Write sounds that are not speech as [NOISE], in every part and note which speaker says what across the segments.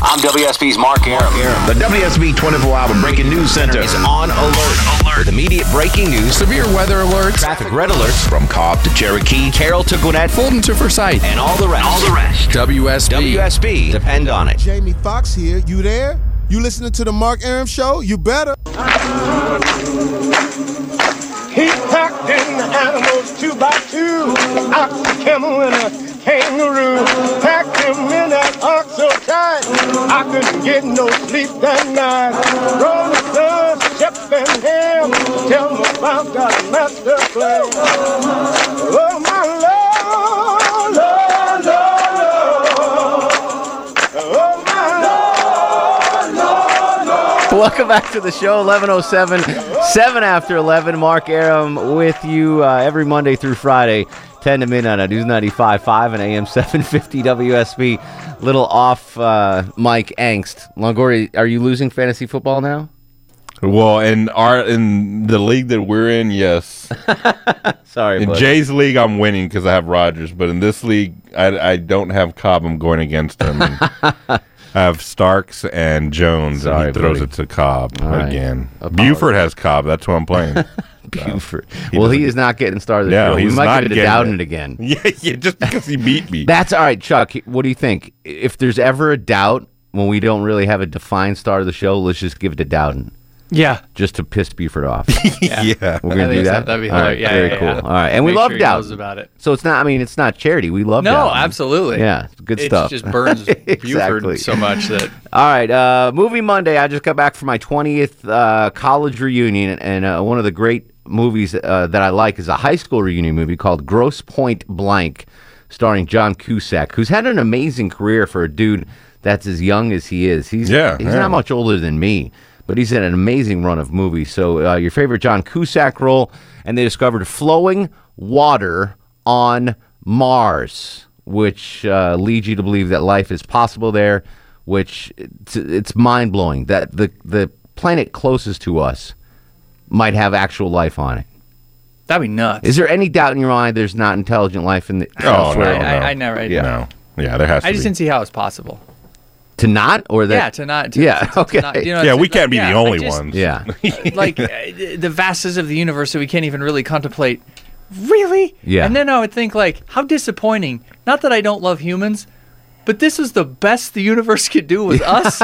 Speaker 1: I'm WSB's Mark Aram.
Speaker 2: The WSB 24 hour breaking news center
Speaker 1: Is on alert. Alert. With immediate breaking news, severe weather alerts, traffic red alerts,
Speaker 2: from Cobb to Cherokee.
Speaker 1: Carroll to Gwinnett,
Speaker 3: Fulton to Forsyth.
Speaker 1: and all the rest. All the rest.
Speaker 3: WSB.
Speaker 1: WSB. Depend on it.
Speaker 4: Jamie Foxx here. You there? You listening to the Mark Aram Show? You better.
Speaker 5: He packed in the animals two by two, ox, a camel, and a kangaroo. Packed him in that ox so tight, I couldn't get no sleep that night. Roll the sun, Shep and Ham, tell them about God's master plan. Oh, my love, love, love, love. Oh, my love, love,
Speaker 6: [LAUGHS]
Speaker 5: love.
Speaker 6: Welcome back to the show, 1107, 7 after 11. Mark Aram with you uh, every Monday through Friday, 10 to midnight on News 95.5 and AM 750 WSB. Little off uh, Mike angst. Longoria, are you losing fantasy football now?
Speaker 7: Well, in our in the league that we're in,
Speaker 6: [LAUGHS]
Speaker 7: yes.
Speaker 6: Sorry,
Speaker 7: In
Speaker 6: bud.
Speaker 7: Jay's league, I'm winning because I have Rogers, but in this league, I, I don't have Cobb. I'm going against him.
Speaker 6: [LAUGHS]
Speaker 7: And I have Starks and Jones, and
Speaker 6: Sorry,
Speaker 7: he throws
Speaker 6: buddy.
Speaker 7: it to Cobb
Speaker 6: right.
Speaker 7: again.
Speaker 6: Apologies.
Speaker 7: Buford has Cobb. That's who I'm
Speaker 6: [LAUGHS]
Speaker 7: playing.
Speaker 6: Buford. well, he
Speaker 7: doesn't-
Speaker 6: is not getting started. this
Speaker 7: No,
Speaker 6: show.
Speaker 7: he's
Speaker 6: we might
Speaker 7: not
Speaker 6: get to
Speaker 7: getting
Speaker 6: doubting
Speaker 7: it.
Speaker 6: it again.
Speaker 7: yeah, yeah, just because he beat me.
Speaker 6: That's all right, Chuck. What do you think? If there's ever a doubt when we don't really have a defined start of the show, let's just give it to Dowden
Speaker 8: Yeah.
Speaker 6: just to piss Buford off.
Speaker 7: yeah.
Speaker 6: We're gonna
Speaker 8: I
Speaker 6: do
Speaker 8: think so.
Speaker 6: that.
Speaker 8: That'd be
Speaker 6: All right,
Speaker 8: hilarious. Yeah,
Speaker 6: very
Speaker 8: yeah,
Speaker 6: cool.
Speaker 8: yeah.
Speaker 6: All right, and we
Speaker 8: Make
Speaker 6: love
Speaker 8: sure he
Speaker 6: Dowden.
Speaker 8: knows about it.
Speaker 6: So it's not. I mean, it's not charity. We love.
Speaker 8: No,
Speaker 6: Dowden.
Speaker 8: absolutely.
Speaker 6: Yeah, it's good
Speaker 8: it
Speaker 6: stuff. [LAUGHS]
Speaker 8: just burns
Speaker 6: Exactly.
Speaker 8: Buford so much that
Speaker 6: All right, uh, movie Monday. I just got back from my twentieth uh, college reunion, and uh, one of the great movies uh, that I like is a high school reunion movie called Gross Point Blank, starring John Cusack, who's had an amazing career for a dude that's as young as he is. He's
Speaker 7: Yeah,
Speaker 6: he's
Speaker 7: yeah.
Speaker 6: not much older than me, but he's had an amazing run of movies. So uh, your favorite John Cusack role, and they discovered flowing water on Mars, which uh, leads you to believe that life is possible there. Which it's, it's mind blowing that the the planet closest to us might have actual life on it.
Speaker 8: that'd
Speaker 6: [LAUGHS]
Speaker 8: be nuts.
Speaker 6: Is there any doubt in your mind there's not intelligent life in the
Speaker 7: Oh, no,
Speaker 8: I,
Speaker 7: no.
Speaker 8: I, I never. I,
Speaker 7: yeah. No. Yeah, there has to
Speaker 8: I just
Speaker 7: be.
Speaker 8: didn't see how
Speaker 7: [LAUGHS]
Speaker 8: it's possible.
Speaker 6: to not or that
Speaker 8: yeah, to not. To,
Speaker 6: yeah
Speaker 8: to- to
Speaker 6: okay
Speaker 8: not- you know,
Speaker 7: yeah,
Speaker 8: to
Speaker 7: we
Speaker 8: not-
Speaker 7: can't be
Speaker 8: yeah,
Speaker 7: the only
Speaker 8: I just-
Speaker 7: ones. [LAUGHS]
Speaker 6: yeah
Speaker 8: like uh, the vastness of the universe that we can't even really contemplate. Really?
Speaker 6: Yeah.
Speaker 8: And then I would think like, how disappointing. Not that I don't love humans, but this is the best the universe could
Speaker 6: [LAUGHS]
Speaker 8: do with us.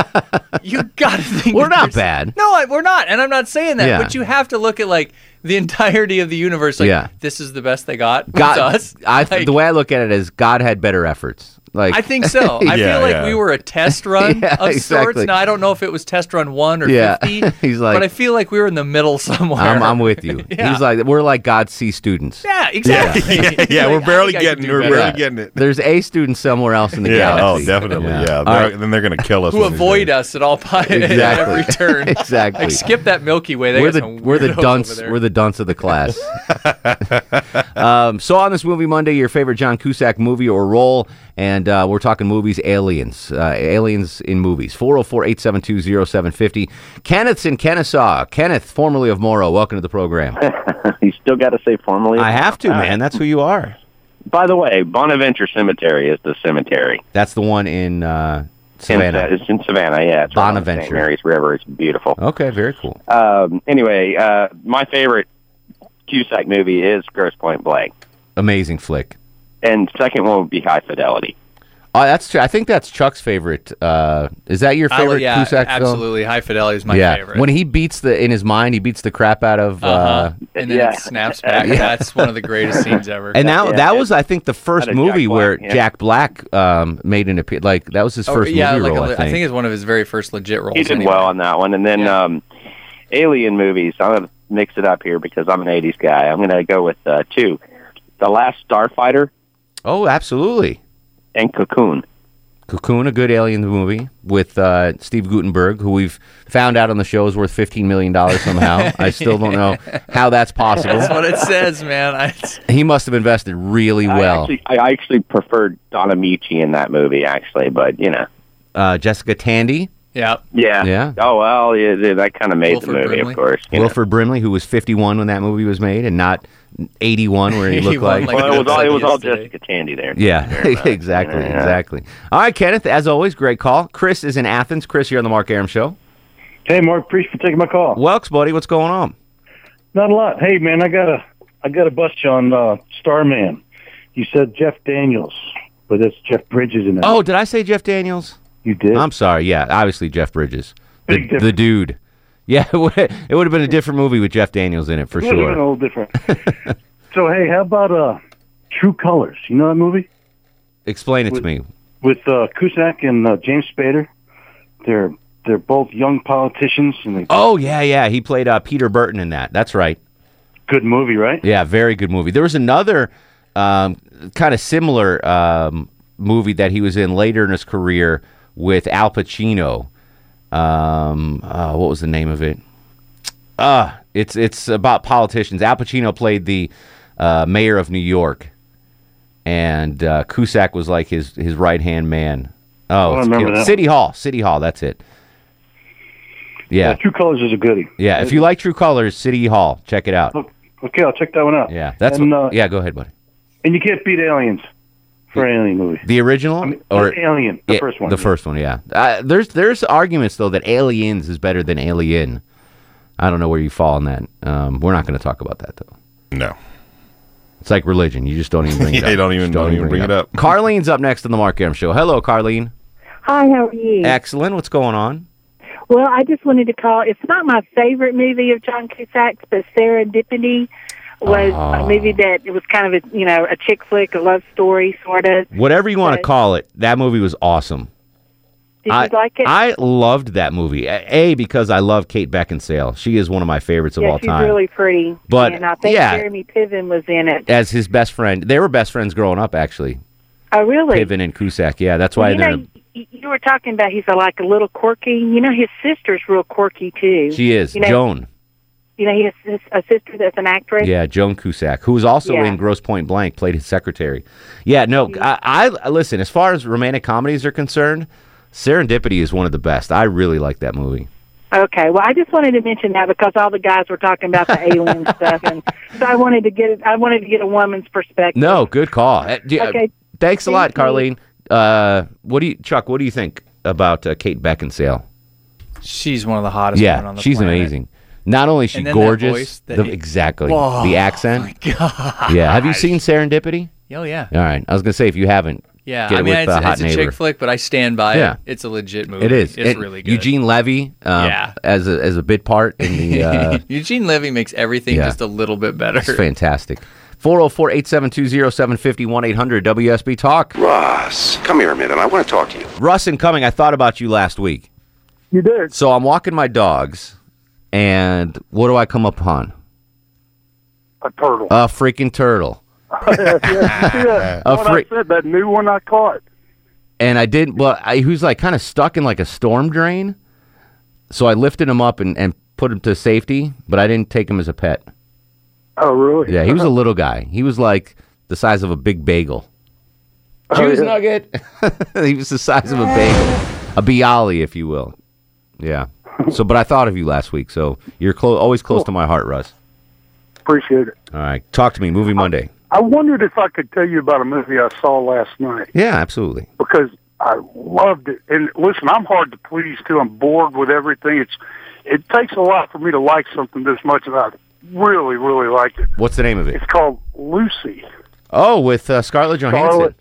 Speaker 8: you gotta think
Speaker 6: We're
Speaker 8: that
Speaker 6: not
Speaker 8: there's-
Speaker 6: bad.
Speaker 8: No, I, we're not, and I'm not saying that.
Speaker 6: Yeah.
Speaker 8: But you have to look at like the entirety of the universe. Like,
Speaker 6: Yeah.
Speaker 8: this is the best they got.
Speaker 6: God,
Speaker 8: It's us.
Speaker 6: I
Speaker 8: [LAUGHS] Like,
Speaker 6: the way I look at it is God had better efforts. Like
Speaker 8: I
Speaker 6: [LAUGHS]
Speaker 8: think so. I
Speaker 7: Yeah,
Speaker 8: feel like
Speaker 7: yeah.
Speaker 8: we were a test run
Speaker 6: Yeah,
Speaker 8: of
Speaker 6: exactly.
Speaker 8: sorts. Now I don't know if it was test run one or
Speaker 6: Yeah.
Speaker 8: fifty.
Speaker 6: [LAUGHS] He's like-
Speaker 8: but I feel like we were in the middle [LAUGHS] somewhere.
Speaker 6: I'm, I'm with you.
Speaker 8: [LAUGHS] Yeah.
Speaker 6: He's like we're like God C students.
Speaker 8: Yeah, exactly.
Speaker 7: yeah, [LAUGHS] yeah,
Speaker 8: Like,
Speaker 7: we're
Speaker 8: I
Speaker 7: barely
Speaker 8: think I could
Speaker 7: getting
Speaker 8: do
Speaker 7: we're
Speaker 8: better.
Speaker 7: barely getting it.
Speaker 6: There's A students somewhere else in the
Speaker 7: Yeah, oh,
Speaker 6: galaxy.
Speaker 7: definitely. Yeah,
Speaker 6: All
Speaker 7: They're-
Speaker 6: right.
Speaker 7: then they're gonna kill us.
Speaker 8: Who
Speaker 7: when we do
Speaker 8: avoid
Speaker 7: it.
Speaker 8: us at all [LAUGHS] pi- at
Speaker 6: Exactly.
Speaker 8: every turn.
Speaker 6: [LAUGHS] Exactly.
Speaker 8: Like, skip that Milky Way. They
Speaker 6: we're
Speaker 8: got
Speaker 6: the
Speaker 8: some
Speaker 6: we're the
Speaker 8: weirdos over
Speaker 6: dunce
Speaker 8: there.
Speaker 6: we're the dunce of the
Speaker 8: [LAUGHS]
Speaker 6: class. um, so on this movie Monday, your favorite John Cusack movie or role, and uh, we're talking movies, aliens, uh, aliens in movies. 404-872-0750. Kenneth's in Kennesaw. Kenneth, formerly of Morrow, welcome to
Speaker 9: [LAUGHS]
Speaker 6: the program.
Speaker 9: You still got to say formally.
Speaker 6: I have to,
Speaker 9: All right.
Speaker 6: man. That's who you are.
Speaker 9: By the way, Bonaventure Cemetery is the cemetery.
Speaker 6: That's the one in uh,
Speaker 9: In
Speaker 6: Savannah.
Speaker 9: Sa- it's in Savannah, yeah. It's right on the St.
Speaker 6: Bonaventure.
Speaker 9: Mary's River. It's beautiful.
Speaker 6: Okay, very cool.
Speaker 9: Um, anyway, uh, my favorite Cusack movie is Gross Point Blank.
Speaker 6: Amazing flick.
Speaker 9: And second one would be High Fidelity.
Speaker 6: Oh, that's true. I think that's Chuck's favorite. Uh, is that your
Speaker 8: I lo-
Speaker 6: favorite
Speaker 8: yeah,
Speaker 6: Cusack film?
Speaker 8: absolutely. High Fidelity is my
Speaker 6: yeah.
Speaker 8: favorite.
Speaker 6: When he beats the in his mind, he beats the crap out of. uh
Speaker 8: uh-huh. and then
Speaker 9: Yeah. [LAUGHS]
Speaker 8: it snaps back. That's one of the greatest scenes ever.
Speaker 6: and that
Speaker 9: Yeah,
Speaker 6: that
Speaker 9: yeah.
Speaker 6: was, I think, the first
Speaker 9: Out of Jack
Speaker 6: movie
Speaker 9: Black,
Speaker 6: where
Speaker 9: yeah.
Speaker 6: Jack Black um, made an appearance. Like that was his
Speaker 8: Oh,
Speaker 6: first
Speaker 8: yeah,
Speaker 6: movie
Speaker 8: like
Speaker 6: role.
Speaker 8: a,
Speaker 6: I
Speaker 8: I
Speaker 6: think.
Speaker 8: it's one of his very first legit roles.
Speaker 9: He did
Speaker 8: anyway.
Speaker 9: well on that one. And then
Speaker 8: Yeah.
Speaker 9: um, Alien movies. I'm going to mix it up here because I'm an 80s guy. I'm going to go with uh, two The Last Starfighter
Speaker 6: oh, absolutely.
Speaker 9: and Cocoon.
Speaker 6: Cocoon, a good alien movie with uh, Steve Gutenberg, who we've found out on the show is worth $15 million
Speaker 8: [LAUGHS]
Speaker 6: somehow. I still don't know how that's possible.
Speaker 8: That's what it says, man. I,
Speaker 6: He must have invested really
Speaker 9: I
Speaker 6: well.
Speaker 9: actually, I actually preferred Donna Michi in that movie, actually, but you know.
Speaker 6: Uh, Jessica Tandy,
Speaker 8: yeah.
Speaker 9: Yeah.
Speaker 6: Yeah.
Speaker 9: Oh well, yeah, th- that kind of made
Speaker 8: Wilford
Speaker 9: the movie,
Speaker 8: Brimley.
Speaker 9: of course. you know.
Speaker 6: Wilford Brimley, who was 51 when that movie was made and not 81 [LAUGHS]
Speaker 8: [LAUGHS]
Speaker 6: where he looked
Speaker 8: 81,
Speaker 6: like.
Speaker 8: like-
Speaker 9: Well, it was all it was
Speaker 8: [LAUGHS]
Speaker 9: all
Speaker 8: Yesterday.
Speaker 9: Jessica Tandy there.
Speaker 6: yeah, [LAUGHS]
Speaker 9: Very much.
Speaker 6: exactly,
Speaker 9: Yeah.
Speaker 6: exactly. All right, Kenneth, as always, great call. Chris is in Athens. Chris, you're on the Mark Aram Show.
Speaker 3: Hey, Mark, appreciate for taking my call.
Speaker 6: Welks, buddy, what's going on?
Speaker 3: Not a lot. Hey, man, I got a I got a bust you on uh, Starman. You said Jeff Daniels, but it's Jeff Bridges in that.
Speaker 6: Oh, did I say Jeff Daniels?
Speaker 3: you did.
Speaker 6: I'm sorry. Yeah, obviously Jeff Bridges, the,
Speaker 3: Big difference.
Speaker 6: the dude. [LAUGHS] Yeah, it would, it would have been a different movie with Jeff Daniels in it for
Speaker 3: It would've been a
Speaker 6: sure.
Speaker 3: little different.
Speaker 6: [LAUGHS]
Speaker 3: so, hey, how about uh, True Colors? You know that movie
Speaker 6: Explain it to me.
Speaker 3: with uh, Cusack and uh, James Spader? They're they're both young politicians, and they,
Speaker 6: Oh yeah, yeah. He played uh, Peter Burton in that. That's right.
Speaker 3: good movie, right?
Speaker 6: Yeah, very good movie. There was another um, kind of similar um, movie that he was in later in his career with Al Pacino. Um, uh, what was the name of it? Ah, it's it's about politicians. Al Pacino played the uh, mayor of New York, and uh, Cusack was like his his right hand man. Oh,
Speaker 3: I
Speaker 6: it's-
Speaker 3: remember that
Speaker 6: City Hall, City Hall. That's it. Yeah,
Speaker 3: True Colors is a goodie.
Speaker 6: yeah. If you like True Colors, City Hall, check it out.
Speaker 3: Okay, I'll check that one out.
Speaker 6: Yeah, that's
Speaker 3: and, uh,
Speaker 6: yeah. Go ahead, buddy.
Speaker 3: and you can't beat Aliens for an alien movie.
Speaker 6: The original
Speaker 3: I mean,
Speaker 6: or
Speaker 3: Alien, the
Speaker 6: Yeah,
Speaker 3: first one.
Speaker 6: The first one, yeah. Uh, there's there's arguments though that Aliens is better than Alien. I don't know where you fall on that. Um, we're not going to talk about that though.
Speaker 7: No.
Speaker 6: It's like religion. You just don't
Speaker 7: [LAUGHS]
Speaker 6: even bring it
Speaker 7: Yeah,
Speaker 6: up.
Speaker 7: you don't even-
Speaker 6: Just
Speaker 7: don't even bring it up. [LAUGHS]
Speaker 6: Carlene's up next on the Mark Aram show. Hello, Carlene.
Speaker 10: Hi, how are you?
Speaker 6: Excellent. What's going on?
Speaker 10: Well, I just wanted to call. It's not my favorite movie of John Cusack's, but Serendipity was
Speaker 6: Ah.
Speaker 10: a movie that it was kind of a you know a chick flick, a love story sort of.
Speaker 6: Whatever you want to
Speaker 10: Good.
Speaker 6: call it, that movie was awesome.
Speaker 10: Did
Speaker 6: I,
Speaker 10: you like it?
Speaker 6: I loved that movie. A A, because I love Kate Beckinsale. She is one of my favorites of
Speaker 10: yeah,
Speaker 6: all
Speaker 10: she's
Speaker 6: time.
Speaker 10: really pretty.
Speaker 6: But,
Speaker 10: and I think
Speaker 6: yeah.
Speaker 10: Jeremy Piven was in it.
Speaker 6: As his best friend, they were best friends growing up. Actually,
Speaker 10: Oh, really?
Speaker 6: Piven and Cusack. Yeah, that's why
Speaker 10: you
Speaker 6: they're.
Speaker 10: know, y you were talking about he's a, like a little quirky. You know, his sister's real quirky too.
Speaker 6: she is
Speaker 10: You know,
Speaker 6: Joan.
Speaker 10: You know, he has his- a sister that's an actress.
Speaker 6: Yeah, Joan Cusack, who was also
Speaker 10: Yeah. Mm-hmm.
Speaker 6: in Gross Point Blank, played his secretary. Yeah, no, I, I listen. As far as romantic comedies are concerned, Serendipity is one of the best. I really like that movie.
Speaker 10: Okay, well, I just wanted to mention that because all the guys were talking about the alien stuff, and so I wanted to get I wanted to get a woman's perspective.
Speaker 6: No, good call. Uh, do- uh,
Speaker 10: Okay.
Speaker 6: thanks a lot,
Speaker 10: Thank
Speaker 6: Carlene. Uh, what do you, Chuck? What do you think about uh, Kate Beckinsale?
Speaker 8: She's one of the hottest women on
Speaker 6: Yeah,
Speaker 8: the
Speaker 6: she's
Speaker 8: planet.
Speaker 6: amazing. Not only is she
Speaker 8: And then that
Speaker 6: gorgeous,
Speaker 8: voice that
Speaker 6: the-
Speaker 8: you-
Speaker 6: exactly
Speaker 8: Whoa,
Speaker 6: the
Speaker 8: [LAUGHS]
Speaker 6: accent. Yeah, have you seen Serendipity?
Speaker 8: Oh, yeah.
Speaker 6: All right, I was gonna say if you haven't,
Speaker 8: Yeah.
Speaker 6: get
Speaker 8: I
Speaker 6: it
Speaker 8: mean,
Speaker 6: with
Speaker 8: it's,
Speaker 6: uh, Hot
Speaker 8: it's a
Speaker 6: Neighbor.
Speaker 8: chick flick, but I stand by
Speaker 6: Yeah.
Speaker 8: it. It's a legit movie.
Speaker 6: It is.
Speaker 8: It's
Speaker 6: And
Speaker 8: really good.
Speaker 6: Eugene Levy, um,
Speaker 8: Yeah.
Speaker 6: as a as a bit part in the.
Speaker 8: [LAUGHS]
Speaker 6: Uh,
Speaker 8: Eugene Levy makes everything
Speaker 6: Yeah.
Speaker 8: just a little bit better.
Speaker 6: it's fantastic. 404-872-0750-1800 WSB Talk.
Speaker 2: Ross, come here a minute. I want to talk to you.
Speaker 6: Russ and Cumming, I thought about you last week.
Speaker 3: You did.
Speaker 6: So I'm walking my dogs, and what do I come upon?
Speaker 3: A turtle. [LAUGHS]
Speaker 6: A freaking turtle.
Speaker 3: yeah.
Speaker 6: Uh, [LAUGHS] A freak.
Speaker 3: said, that new one I caught.
Speaker 6: And I didn't, well, I, he was like kind of stuck in like a storm drain. So I lifted him up and, and put him to safety, but I didn't take him as a pet.
Speaker 3: Oh, really?
Speaker 6: Yeah, he was a little guy. He was like the size of a big bagel. Cheese
Speaker 3: Oh,
Speaker 6: nugget. [LAUGHS] he was the size of a bagel, a bialy, if you will. Yeah. So, but I thought of you last week. So you're clo- always close to my heart, Russ.
Speaker 3: Appreciate it.
Speaker 6: All right, talk to me. Movie Monday.
Speaker 3: I wondered if I could tell you about a movie I saw last night
Speaker 6: Yeah, absolutely.
Speaker 3: because I loved it. And listen, I'm hard to please too. I'm bored with everything. It's it takes a lot for me to like something this much, and I really, really liked it.
Speaker 6: What's the name of it?
Speaker 3: It's called Lucy.
Speaker 6: Oh, with uh, Scarlett Johansson.
Speaker 3: Scarlett.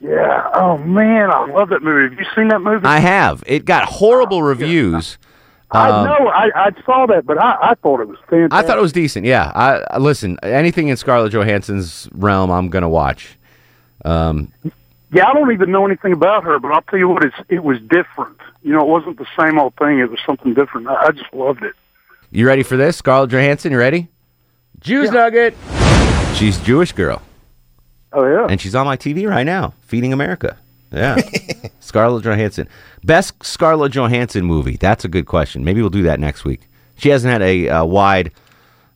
Speaker 3: Yeah. Oh man, I love that movie. Have you seen that movie?
Speaker 6: I have. It got horrible reviews.
Speaker 3: I know. I, I saw that, but I, I thought it was
Speaker 6: um,
Speaker 3: fantastic.
Speaker 6: I thought it was decent. Yeah. I, I listen. Anything in Scarlett Johansson's realm, I'm gonna watch. Um,
Speaker 3: Yeah, I don't even know anything about her, but I'll tell you what, it's it was different. You know, it wasn't the same old thing. It was something different. I, I just loved it.
Speaker 6: You ready for this, Scarlett Johansson? You ready? Jews nugget. She's Jewish girl.
Speaker 3: Oh yeah,
Speaker 6: and she's on my TV right now, Feeding America.
Speaker 3: [LAUGHS]
Speaker 6: Yeah. Scarlett Johansson. Best Scarlett Johansson movie. That's a good question. Maybe we'll do that next week. She hasn't had a uh, wide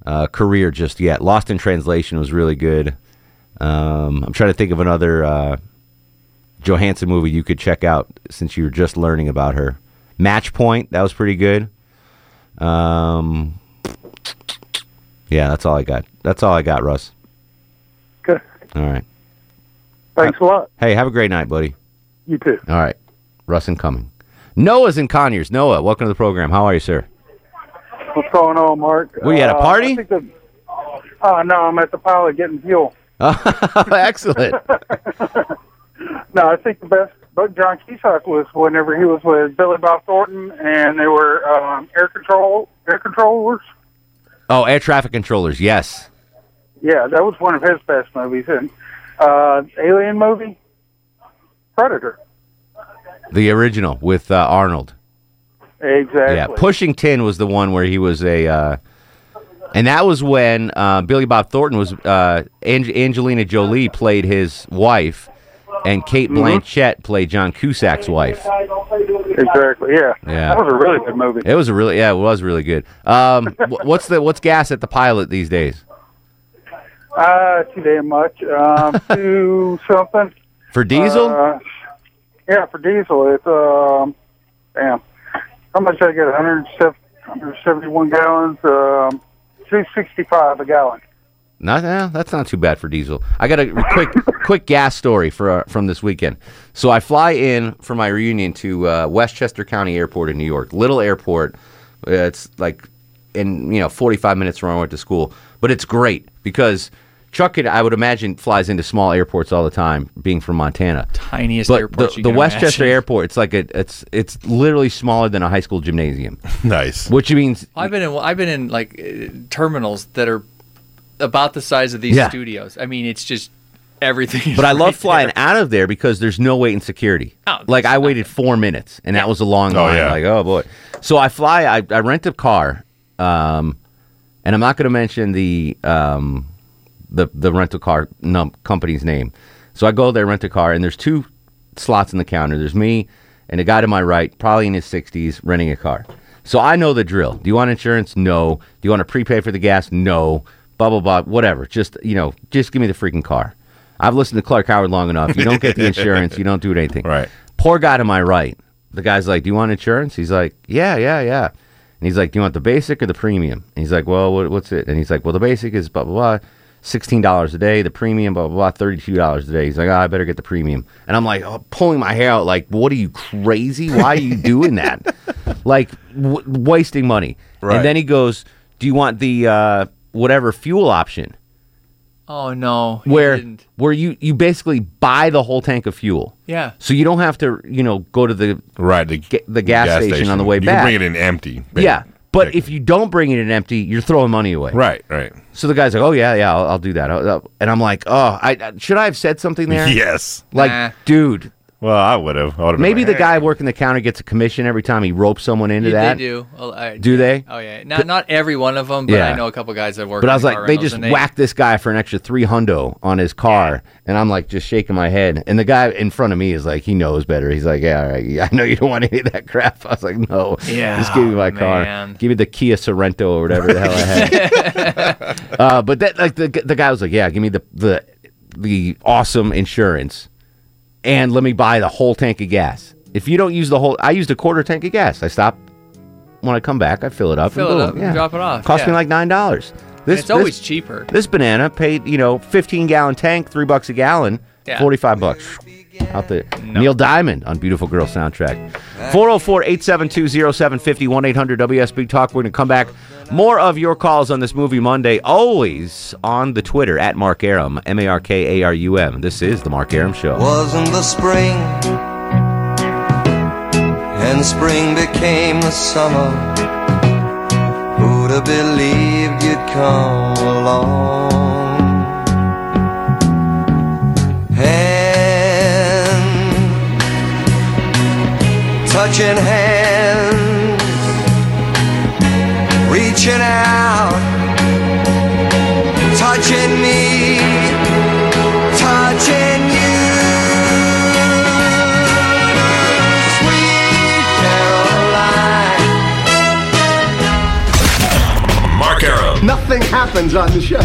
Speaker 6: uh, career just yet. Lost in Translation was really good. Um, I'm trying to think of another uh, Johansson movie you could check out since you were just learning about her. Match Point. That was pretty good. Um, yeah, that's all I got. That's all I got, Russ.
Speaker 3: Good.
Speaker 6: All right.
Speaker 3: Thanks a lot.
Speaker 6: Hey, have a great night, buddy.
Speaker 3: You too.
Speaker 6: All right. Russ and Cumming. Noah's in Conyers. Noah, welcome to the program. How are you, sir?
Speaker 11: What's going on, Mark?
Speaker 6: What, you had a party?
Speaker 11: I think the, uh, no, I'm at the pilot getting fuel.
Speaker 6: Excellent.
Speaker 11: [LAUGHS] No, I think the best book John Cusack was whenever he was with Billy Bob Thornton, and they were um, air control air controllers.
Speaker 6: Oh, air traffic controllers. Yes.
Speaker 11: Yeah, that was one of his best movies. And uh, Alien movie, Predator.
Speaker 6: The original with uh, Arnold.
Speaker 11: Exactly.
Speaker 6: Yeah. Pushing 10 was the one where he was a. Uh, and that was when uh, Billy Bob Thornton was. Uh, Ang- Angelina Jolie played his wife, and Kate Blanchett played John Cusack's wife.
Speaker 11: Exactly. Yeah.
Speaker 6: Yeah.
Speaker 11: That was a really good movie.
Speaker 6: It was a really. Yeah, it was really good. Um, wh- what's the what's gas at the pilot these days?
Speaker 11: Uh, too damn much.
Speaker 6: [LAUGHS]
Speaker 11: Um, two something.
Speaker 6: For diesel?
Speaker 11: Uh, yeah, for diesel, it's um, damn. How much did I get? 107 171 gallons. Um, two sixty-five a gallon.
Speaker 6: Not, eh, that's not too bad for diesel. I got a
Speaker 8: [LAUGHS]
Speaker 6: quick quick gas story for uh, from this weekend. So I fly in for my reunion to uh, Westchester County Airport in New York, little airport. Uh, It's like in you know 45 minutes from where I went to school, but it's great because Chuck, it, I would imagine, flies into small airports all the time, being from Montana.
Speaker 8: Tiniest
Speaker 6: but
Speaker 8: airports
Speaker 6: The,
Speaker 8: you
Speaker 6: the
Speaker 8: can
Speaker 6: Westchester
Speaker 8: imagine.
Speaker 6: Airport, it's like a, it's it's literally smaller than a high school gymnasium.
Speaker 8: [LAUGHS]
Speaker 7: Nice.
Speaker 6: Which means
Speaker 8: I've been in I've been in like uh, terminals that are about the size of these
Speaker 6: Yeah.
Speaker 8: studios. I mean, it's just [LAUGHS] everything. is
Speaker 6: But I love
Speaker 8: right
Speaker 6: flying
Speaker 8: there.
Speaker 6: out of there because there's no wait in security.
Speaker 8: Oh,
Speaker 6: like I waited four minutes, and that was a long
Speaker 7: Oh,
Speaker 6: line.
Speaker 7: yeah.
Speaker 6: Like oh boy. So I fly. I, I rent a car, um, and I'm not going to mention the um, the the rental car num- company's name. So I go there, rent a car, and there's two slots in the counter. There's me and a guy to my right, probably in his 60s, renting a car. So I know the drill. Do you want insurance? No. Do you want to prepay for the gas? No. Blah blah blah. Whatever. Just you know, just give me the freaking car. I've listened to Clark Howard long enough. You don't get the insurance. You don't do anything. Right. Poor guy to my right. The guy's like, "Do you want insurance?" He's like, "Yeah, yeah, yeah." And he's like, "Do you want the basic or the premium?" And he's like, "Well, what, what's it?" And he's like, "Well, the basic is blah blah blah, sixteen dollars a day. The premium, blah blah blah, thirty-two dollars a day." He's like, oh, "I better get the premium." And I'm like, oh, pulling my hair out, like, "What are you crazy? Why are you doing
Speaker 8: [LAUGHS]
Speaker 6: that? like, w- wasting money."
Speaker 8: Right.
Speaker 6: And then he goes, "Do you want the uh, whatever fuel option?"
Speaker 8: Oh no. he
Speaker 6: where
Speaker 8: didn't.
Speaker 6: where you you basically buy the whole tank of fuel.
Speaker 8: Yeah.
Speaker 6: So you don't have to you know go to the
Speaker 7: right the,
Speaker 6: the gas, station, on the way
Speaker 7: you
Speaker 6: back.
Speaker 7: Can bring it in empty.
Speaker 6: yeah. But if you don't bring it in empty, you're throwing money away.
Speaker 7: Right, right.
Speaker 6: So the guy's like, "Oh yeah, yeah, I'll, I'll do that." I'll- I'll-" And I'm like, "Oh, I, I- should I have said something
Speaker 7: [LAUGHS]
Speaker 6: there?"
Speaker 7: Yes.
Speaker 6: Like, dude.
Speaker 7: Well, I would have.
Speaker 6: Maybe the guy working the counter gets a commission every time he ropes someone into
Speaker 8: Yeah,
Speaker 6: that.
Speaker 8: They do. Oh, I-
Speaker 6: Do they?
Speaker 8: Oh yeah. Not not every one of them, but
Speaker 6: Yeah.
Speaker 8: I know a couple guys that work.
Speaker 6: But
Speaker 8: in
Speaker 6: I was
Speaker 8: the
Speaker 6: like,
Speaker 8: car
Speaker 6: they
Speaker 8: rentals,
Speaker 6: just
Speaker 8: and they-
Speaker 6: whacked this guy for an extra three hundo on his car, and I'm like just shaking my head. And the guy in front of me is like, he knows better. He's like, yeah, all right, yeah, I know you don't want any of that crap. I was like, no,
Speaker 8: Yeah,
Speaker 6: just give me my car,
Speaker 8: man.
Speaker 6: give me the Kia Sorrento or whatever the hell I
Speaker 8: [LAUGHS]
Speaker 6: had. uh, but that like the the guy was like, yeah, give me the the the awesome insurance, and let me buy the whole tank of gas. If you don't use the whole, I used a quarter tank of gas. I stop when I come back. I fill it up.
Speaker 8: Fill it
Speaker 6: and boom,
Speaker 8: up and
Speaker 6: yeah.
Speaker 8: drop it off,
Speaker 6: Cost me
Speaker 8: yeah.
Speaker 6: like nine dollars.
Speaker 8: And it's always cheaper.
Speaker 6: This banana paid, you know, 15 gallon tank, three bucks a gallon,
Speaker 8: Yeah.
Speaker 6: 45 bucks. Out the Neil Diamond on Beautiful Girl soundtrack. 404 872 0750 1 800 WS Big Talk. We're going to come back. More of your calls on this movie Monday, always on the Twitter at Mark Arum, M A R K A R U M. This is The Mark Arum Show.
Speaker 12: Wasn't the spring, and spring became the summer. Who'd have believed you'd come along? Hand, touching hands, reaching out, touching me, touching you.
Speaker 13: happens on the show.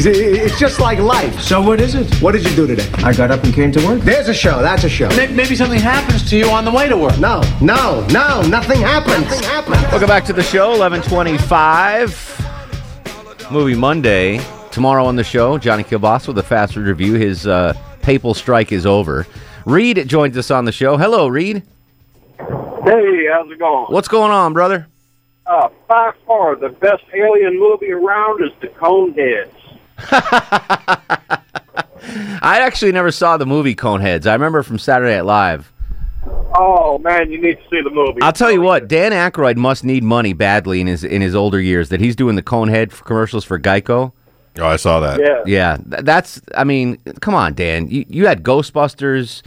Speaker 13: See, It's just like life. So what is it? What did you do today? I got up and came to work. There's a show. That's a show.
Speaker 14: May- Maybe something happens to you on the way to work.
Speaker 13: No, no, no. Nothing happens. Nothing happens.
Speaker 6: Welcome back to the show, 1125. Movie Monday. Tomorrow on the show, Johnny Kilboss with a fast food review. His uh, papal strike is over. Reed joins us on the show. Hello, Reed.
Speaker 15: Hey, how's it going?
Speaker 6: What's going on, brother?
Speaker 15: Uh, by far, the best alien movie around is The Coneheads.
Speaker 6: I actually never saw the movie Coneheads. I remember from Saturday Night Live.
Speaker 15: Oh, man, you need to see the movie.
Speaker 6: I'll tell you what, Dan Aykroyd must need money badly in his in his older years that he's doing the Conehead f- commercials for Geico.
Speaker 7: Oh, I saw that.
Speaker 15: Yeah.
Speaker 6: yeah. th- that's. I mean, come on, Dan. You you had Ghostbusters.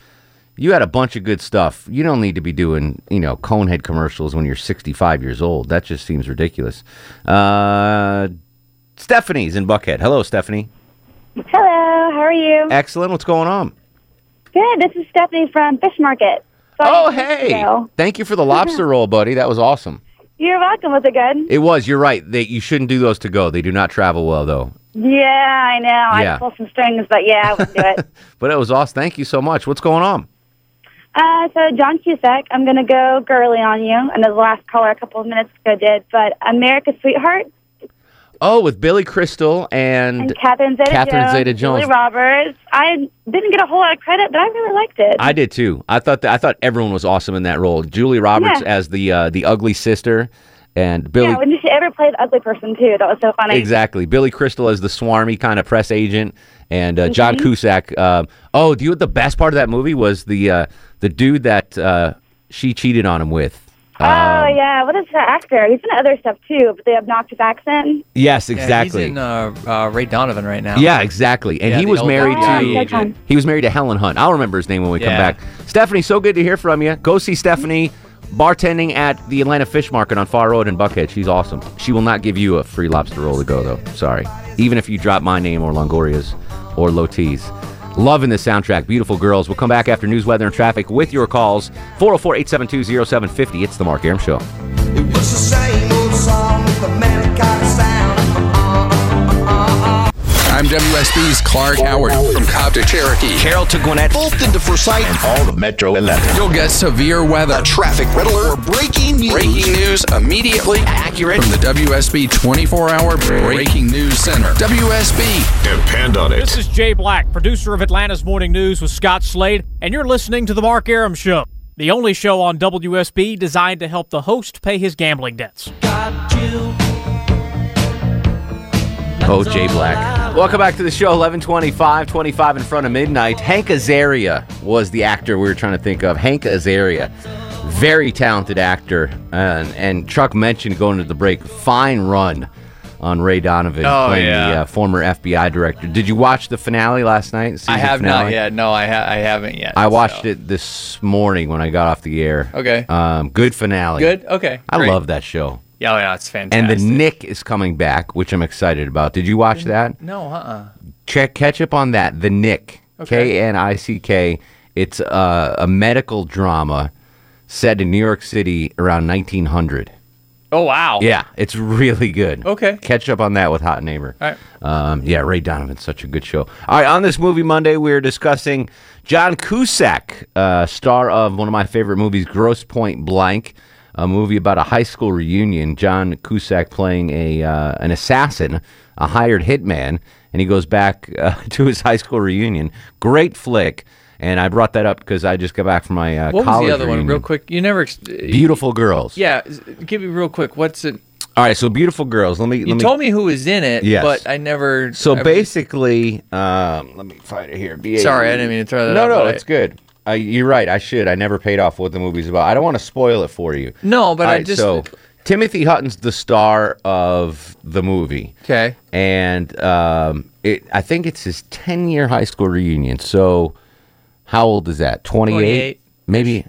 Speaker 6: You had a bunch of good stuff. You don't need to be doing you know Conehead commercials when you're 65 years old. That just seems ridiculous. Uh, Stephanie's in Buckhead. Hello, Stephanie.
Speaker 16: Hello, how are you?
Speaker 6: Excellent. What's going on?
Speaker 16: Good. This is Stephanie from Fish Market. oh,
Speaker 6: Hey, thank you for the lobster roll, buddy. That was awesome.
Speaker 16: You're welcome. Was it good?
Speaker 6: It was. You're right. They, you shouldn't do those to go. They do not travel well, though.
Speaker 16: Yeah, I know.
Speaker 6: Yeah.
Speaker 16: I pulled some strings, but yeah, I wouldn't do
Speaker 6: [LAUGHS]
Speaker 16: it.
Speaker 6: But it was awesome. Thank you so much. What's going on?
Speaker 16: Uh, so, John Cusack, I'm going to go girly on you. I know the last caller a couple of minutes ago did, but America's Sweetheart
Speaker 6: Oh, with Billy Crystal and,
Speaker 16: and Catherine Zeta
Speaker 6: Catherine
Speaker 16: Jones.
Speaker 6: Zeta-Jones.
Speaker 16: Julie Roberts. I didn't get a whole lot of credit, but I really liked it.
Speaker 6: I did too. I thought that I thought everyone was awesome in that role. Julie Roberts
Speaker 16: Yeah.
Speaker 6: as the uh, the ugly sister, and Billy
Speaker 16: Yeah, when did she ever play the ugly person, too? That was so funny.
Speaker 6: exactly Billy Crystal as the swarmy kind of press agent, and uh, John
Speaker 16: Mhm.
Speaker 6: Cusack. Um, oh, do you know what the best part of that movie was the uh, the dude that uh, she cheated on him with. Uh,
Speaker 16: Oh,
Speaker 6: um,
Speaker 16: yeah. What is that actor? He's in other stuff, too, but the obnoxious accent.
Speaker 6: Yes,
Speaker 8: Yeah,
Speaker 6: exactly.
Speaker 8: he's in uh, uh, Ray Donovan right now.
Speaker 6: Yeah, exactly. And
Speaker 8: Yeah,
Speaker 6: he
Speaker 8: the
Speaker 6: was
Speaker 8: old
Speaker 6: married
Speaker 8: FBI
Speaker 6: to
Speaker 8: agent.
Speaker 6: he was married to Helen Hunt. I'll remember his name when we come
Speaker 8: Yeah.
Speaker 6: back. Stephanie, so good to hear from you. Go see Stephanie bartending at the Atlanta Fish Market on Far Road in Buckhead. She's awesome. She will not give you a free lobster roll to go though. Sorry. Even if you drop my name or Longoria's or Loti's. Loving this soundtrack. Beautiful girls. We'll come back after news, weather, and traffic with your calls. 404-872-0750. It's the Mark Aram Show.
Speaker 12: It's the same old song with the melancholy sound.
Speaker 1: I'm WSB's Clark Howard from Cobb to Cherokee, Carroll to Gwinnett, Fulton to Forsyth, and all of Metro 11. You'll get severe weather, a traffic riddle, or breaking news. Breaking news immediately accurate from the WSB 24-hour Breaking News Center. WSB, depend on
Speaker 17: This is Jay Black, producer of Atlanta's Morning News with Scott Slade, and you're listening to The Mark Aram Show, the only show on WSB designed to help the host pay his gambling debts.
Speaker 6: Oh, Jay Black. Welcome back to the show. 1125, 25 in front of midnight. Hank Azaria was the actor we were trying to think of. Hank Azaria. Very talented actor. And, and Chuck mentioned going to the break. Fine run on Ray Donovan
Speaker 8: Oh,
Speaker 6: playing the
Speaker 8: yeah.
Speaker 6: uh, former FBI director. Did you watch the finale last night?
Speaker 8: I
Speaker 6: Season
Speaker 8: have
Speaker 6: finale?
Speaker 8: not yet. No, I ha- I haven't yet.
Speaker 6: I watched it this morning when I got off the air.
Speaker 8: Okay.
Speaker 6: Um, good finale.
Speaker 8: Good? Okay,
Speaker 6: I
Speaker 8: great.
Speaker 6: love that show.
Speaker 8: Yeah, oh, yeah, it's
Speaker 6: And
Speaker 8: fantastic.
Speaker 6: the Nick is coming back, which I'm excited about. Did you watch that?
Speaker 8: no, uh-uh.
Speaker 6: check catch up on that. The Nick,
Speaker 8: Okay.
Speaker 6: K N I C K. It's uh, a medical drama set in New York City around 1900.
Speaker 8: Oh wow.
Speaker 6: Yeah, it's really good.
Speaker 8: Okay.
Speaker 6: catch up on that with Hot Neighbor.
Speaker 8: All right.
Speaker 6: Um, yeah, Ray Donovan's such a good show. All right, on this movie Monday, we are discussing John Cusack, uh, star of one of my favorite movies, Gross Point Blank, a movie about a high school reunion. John Cusack playing a uh, an assassin, a hired hitman, and he goes back uh, [LAUGHS] to his high school reunion. Great flick. And I brought that up because I just got back from my uh,
Speaker 8: what was
Speaker 6: college
Speaker 8: the other one?
Speaker 6: reunion.
Speaker 8: Real quick. You never. ex-
Speaker 6: Beautiful girls.
Speaker 8: Yeah, s- give me real quick. What's it?
Speaker 6: All right, so beautiful girls. Let me.
Speaker 8: You
Speaker 6: let me,
Speaker 8: told me who was in it,
Speaker 6: Yes.
Speaker 8: but I never.
Speaker 6: So
Speaker 8: I-
Speaker 6: basically, um, let me find it here. BAE.
Speaker 8: Sorry, I didn't mean to throw that
Speaker 6: No,
Speaker 8: out,
Speaker 6: no,
Speaker 8: but I-
Speaker 6: it's good. Uh, you're right. I should. I never paid off what the movie's about. I don't want to spoil it for you.
Speaker 8: No, but
Speaker 6: All
Speaker 8: I
Speaker 6: right,
Speaker 8: just-
Speaker 6: So Timothy Hutton's the star of the movie.
Speaker 8: Okay.
Speaker 6: And um, it, I think it's his 10 year high school reunion. So how old is that? 28?
Speaker 8: 28.
Speaker 6: Maybe.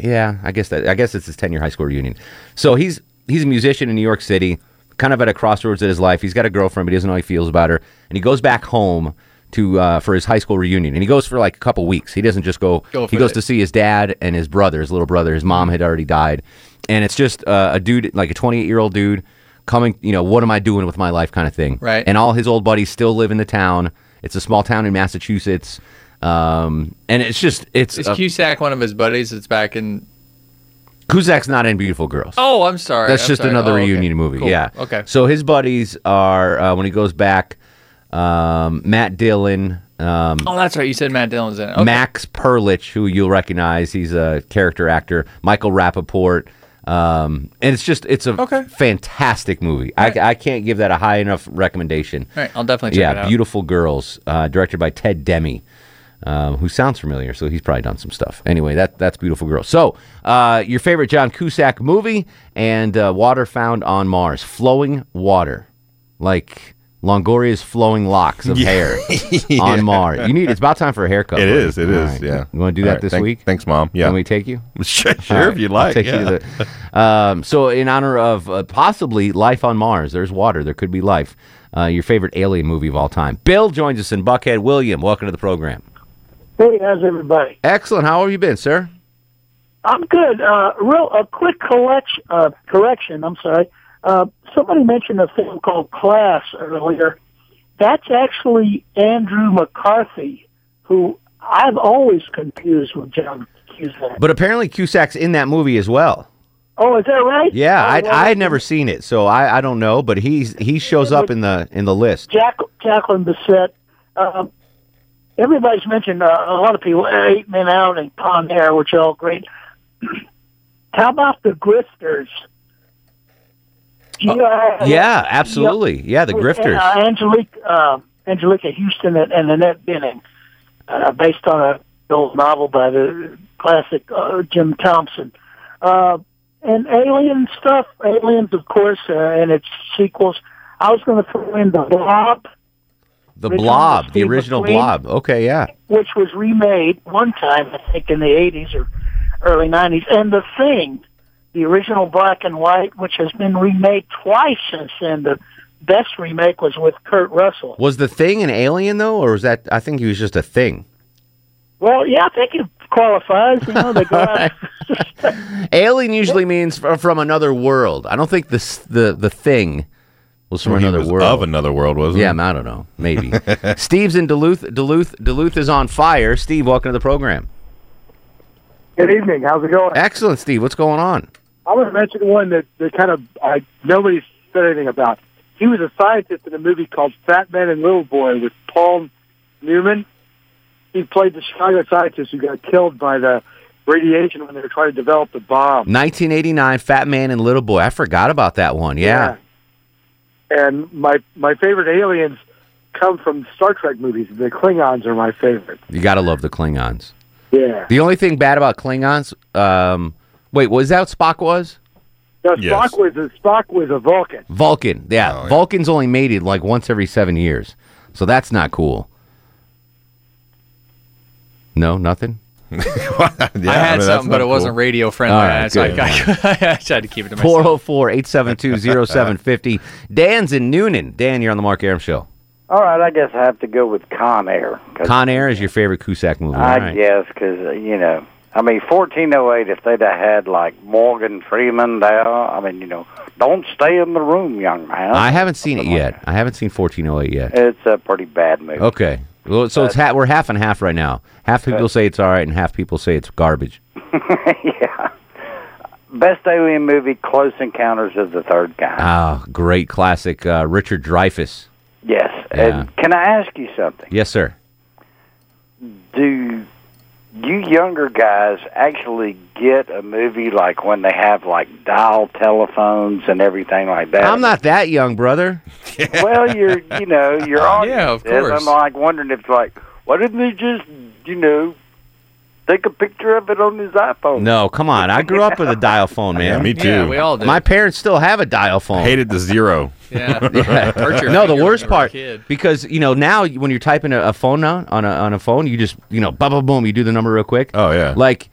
Speaker 6: Yeah, I guess that. I guess it's his 10 year high school reunion. So he's he's a musician in New York City, kind of at a crossroads in his life. He's got a girlfriend, but he doesn't know how he feels about her. And he goes back home to uh, for his high school reunion, and he goes for like a couple weeks. He doesn't just go.
Speaker 8: Go
Speaker 6: he
Speaker 8: for
Speaker 6: goes
Speaker 8: it.
Speaker 6: to see his dad and his brother, his little brother. His mom had already died, and it's just uh, a dude like a 28 year old dude coming, you know, what am I doing with my life kind of thing.
Speaker 8: Right.
Speaker 6: And all his old buddies still live in the town. It's a small town in Massachusetts. Um, and it's just, it's.
Speaker 8: Is
Speaker 6: a-
Speaker 8: Cusack one of his buddies that's back in?
Speaker 6: Cusack's not in Beautiful Girls.
Speaker 8: Oh, I'm sorry.
Speaker 6: That's
Speaker 8: I'm
Speaker 6: just
Speaker 8: sorry.
Speaker 6: another
Speaker 8: Oh, okay.
Speaker 6: reunion movie.
Speaker 8: Cool.
Speaker 6: Yeah.
Speaker 8: Okay.
Speaker 6: So his buddies are, uh, when he goes back, um, Matt Dillon. Um,
Speaker 8: Oh, that's right. You said Matt Dillon's in it. Oh, Okay.
Speaker 6: Max Perlich, who you'll recognize, he's a character actor. Michael Rappaport, um, and it's just it's a fantastic movie. I, I can't give that a high enough recommendation.
Speaker 8: All right, I'll definitely check
Speaker 6: yeah,
Speaker 8: it out.
Speaker 6: Beautiful Girls, uh, directed by Ted Demi, um, who sounds familiar, so he's probably done some stuff. Anyway, that that's Beautiful Girls. So uh, your favorite John Cusack movie and uh, Water Found on Mars, flowing water, like. Longoria's flowing locks of
Speaker 7: [LAUGHS] Yeah.
Speaker 6: hair
Speaker 7: Yeah.
Speaker 6: on Mars. You need it's about time for a haircut.
Speaker 7: It
Speaker 6: It
Speaker 7: is,
Speaker 6: is.
Speaker 7: it is, yeah.
Speaker 6: You want to do
Speaker 7: All
Speaker 6: that
Speaker 7: right,
Speaker 6: this
Speaker 7: thank-
Speaker 6: week?
Speaker 7: thanks, Mom. Yeah.
Speaker 6: Can we take you?
Speaker 7: [LAUGHS] Sure,
Speaker 6: All
Speaker 7: if you'd like,
Speaker 6: take you
Speaker 7: yeah.
Speaker 6: to the- um, so, in honor of uh, possibly life on Mars, there's water. There could be life. Uh, your favorite alien movie of all time. Bill joins us in Buckhead. William, welcome to the program.
Speaker 18: Hey, how's everybody?
Speaker 6: Excellent. How have you been, sir?
Speaker 18: I'm good. Uh, real a quick collection, uh, correction. I'm sorry. Uh, somebody mentioned a film called Class earlier. That's actually Andrew McCarthy, who I've always confused with John Cusack.
Speaker 6: But apparently Cusack's in that movie as well.
Speaker 18: Oh, is that right?
Speaker 6: Yeah,
Speaker 18: Oh,
Speaker 6: I,
Speaker 18: well,
Speaker 6: I had never seen it, so I, I don't know. But he's he shows up in the in the list.
Speaker 18: Jack, Jacqueline Bissett. Um, everybody's mentioned uh, a lot of people, Eight Men Out and Con Air, which are all great. [CLEARS THROAT] How about the Grifters? G-I-
Speaker 6: Uh, Yeah, absolutely. Yeah, the
Speaker 18: with,
Speaker 6: Grifters.
Speaker 18: Uh, Angelique, uh, Angelica Houston and, and Annette Benning, uh, based on a old novel by the classic uh, Jim Thompson. Uh, and alien stuff, aliens, of course, uh, and its sequels. I was going to throw in The Blob,
Speaker 6: The
Speaker 18: original
Speaker 6: Blob, the
Speaker 18: Steve
Speaker 6: original
Speaker 18: McQueen.
Speaker 6: Blob. Okay, yeah.
Speaker 18: which was remade one time, I think, in the 80s or early 90s, and The Thing, the original black and white, which has been remade twice since then. The best remake was with Kurt Russell.
Speaker 6: Was the thing an alien though, or was that? I think he was just a thing.
Speaker 18: Well, yeah, I think it qualifies. You know, they go out.
Speaker 6: Alien usually means fr- from another world. I don't think this the the thing was from
Speaker 7: Well, he
Speaker 6: another
Speaker 7: was
Speaker 6: world.
Speaker 7: of another world, wasn't he?
Speaker 6: yeah, I don't know.
Speaker 7: [LAUGHS]
Speaker 6: Maybe Steve's in Duluth. Duluth. Duluth is on fire. Steve, welcome to the program.
Speaker 19: Good evening. How's it going?
Speaker 6: Excellent, Steve. What's going on?
Speaker 19: I want to mention one that, that kind of uh, nobody said anything about. He was a scientist in a movie called Fat Man and Little Boy with Paul Newman. He played the Chicago scientist who got killed by the radiation when they were trying to develop the bomb.
Speaker 6: 1989, Fat Man and Little Boy. I forgot about that one. Yeah.
Speaker 19: And my my favorite aliens come from Star Trek movies. The Klingons are my favorite.
Speaker 6: you gotta love the Klingons.
Speaker 19: Yeah.
Speaker 6: The only thing bad about Klingons, um, wait, was that what Spock was?
Speaker 19: Now,
Speaker 6: Yes.
Speaker 19: Spock was a Spock was a Vulcan.
Speaker 6: Vulcan. Yeah. Vulcans only mated like once every seven years. So that's not cool. No, nothing?
Speaker 8: I had something, but it wasn't radio friendly.
Speaker 6: All right,
Speaker 8: so I, oh
Speaker 6: good.
Speaker 8: [LAUGHS] I, I tried to keep it to myself.
Speaker 6: 404 872 0750. Dan's in Noonan. Dan, you're on the Mark Aram Show.
Speaker 20: All right, I guess I have to go with Con Air. 'cause
Speaker 6: Con Air is your favorite Cusack movie. All
Speaker 20: I
Speaker 6: right.
Speaker 20: guess 'cause guess because you know, I mean, fourteen oh eight. If they'd have had like Morgan Freeman there, I mean, you know, don't stay in the room, young man.
Speaker 6: I haven't seen it yet. I haven't seen 1408 yet.
Speaker 20: It's a pretty bad movie.
Speaker 6: Okay. Well, so it's
Speaker 20: But-
Speaker 6: ha- we're half and half right now. Half people say it's all right, and half people say it's garbage.
Speaker 20: [LAUGHS] yeah. Best alien movie: Close Encounters of the Third Kind.
Speaker 6: Ah, great classic. Uh, Richard Dreyfuss.
Speaker 20: Yes.
Speaker 6: Yeah.
Speaker 20: And can I ask you something?
Speaker 6: Yes, sir.
Speaker 20: Do you younger guys actually get a movie like when they have like dial telephones and everything like that?
Speaker 6: I'm not that young, brother.
Speaker 20: [LAUGHS] well, you're you know you're on.
Speaker 6: Yeah, of
Speaker 20: this.
Speaker 6: course.
Speaker 20: I'm like wondering if like why didn't they just you know take a picture of it on his iPhone?
Speaker 6: No, come on. I grew up with a dial
Speaker 7: [LAUGHS]
Speaker 6: phone, man.
Speaker 20: Yeah, me too. Yeah, we all did.
Speaker 6: My parents still have a dial phone.
Speaker 7: Hated the zero. [LAUGHS]
Speaker 6: Yeah.
Speaker 7: Hurt your
Speaker 6: No,
Speaker 7: finger
Speaker 6: the
Speaker 7: when
Speaker 6: worst
Speaker 7: you were a
Speaker 6: part
Speaker 7: kid.
Speaker 6: because you know now when you're typing a, a phone now on a on a phone, you just you know blah blah boom, you do the number real quick. Oh yeah. Like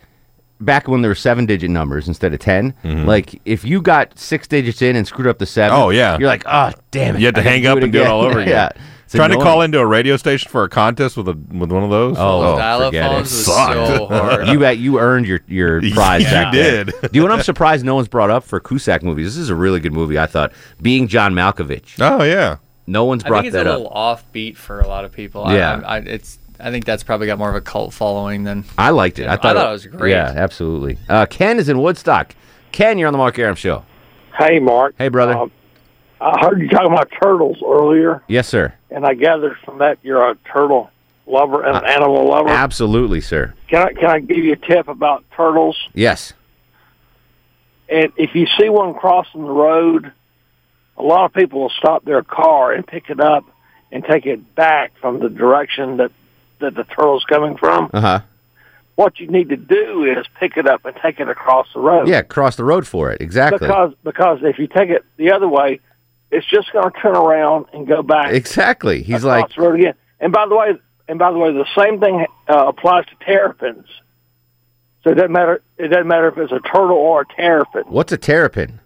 Speaker 6: back when there were seven digit numbers instead of 10 Like if you got six digits in and screwed up the seven,
Speaker 7: Mm-hmm. Oh, yeah.
Speaker 6: you're like, oh damn it.
Speaker 7: You had to
Speaker 6: I gotta
Speaker 7: hang
Speaker 6: do
Speaker 7: up
Speaker 6: it
Speaker 7: and do it
Speaker 6: again."
Speaker 7: all over again.
Speaker 6: [LAUGHS] yeah. It's
Speaker 7: Trying to
Speaker 6: annoying.
Speaker 7: call into a radio station for a contest with a with one of those.
Speaker 6: Oh, forget it. you bet you earned your your
Speaker 7: [LAUGHS]
Speaker 6: prize.
Speaker 7: You
Speaker 6: back there.
Speaker 7: did.
Speaker 6: Do you know what I'm surprised no one's brought up for Cusack movies? This is a really good movie. I thought being John Malkovich.
Speaker 7: Oh yeah.
Speaker 6: No one's
Speaker 8: I
Speaker 6: brought
Speaker 8: think it's
Speaker 6: that
Speaker 8: a
Speaker 6: up.
Speaker 8: little offbeat for a lot of people. I-
Speaker 6: Yeah.
Speaker 8: I, I, it's. I think that's probably got more of a cult following than.
Speaker 6: I liked it.
Speaker 8: Yeah,
Speaker 6: I thought,
Speaker 8: I thought it was great.
Speaker 6: Yeah, absolutely. Uh, Ken is in Woodstock. Ken, you're on the Mark Aram show.
Speaker 15: Hey, Mark. Um,
Speaker 6: Hey, brother.
Speaker 15: I heard you talking about turtles earlier,
Speaker 6: yes, sir.
Speaker 15: and I gathered from that you're a turtle lover and an animal lover.
Speaker 6: Absolutely, sir.
Speaker 15: Can I can I give you a tip about turtles?
Speaker 6: Yes.
Speaker 15: And if you see one crossing the road, a lot of people will stop their car and pick it up and take it back from the direction that that the turtle's coming from.
Speaker 6: Uh huh.
Speaker 15: What you need to do is pick it up and take it across the road.
Speaker 6: Yeah, cross the road for it. Exactly.
Speaker 15: Because because if you take it the other way, it's just going to turn around and go back
Speaker 6: exactly. He's
Speaker 15: across
Speaker 6: like,
Speaker 15: the road again. And by the way, and by the way, the same thing uh, applies to terrapins. So it doesn't matter. It doesn't matter if it's a turtle or a terrapin.
Speaker 6: what's a terrapin?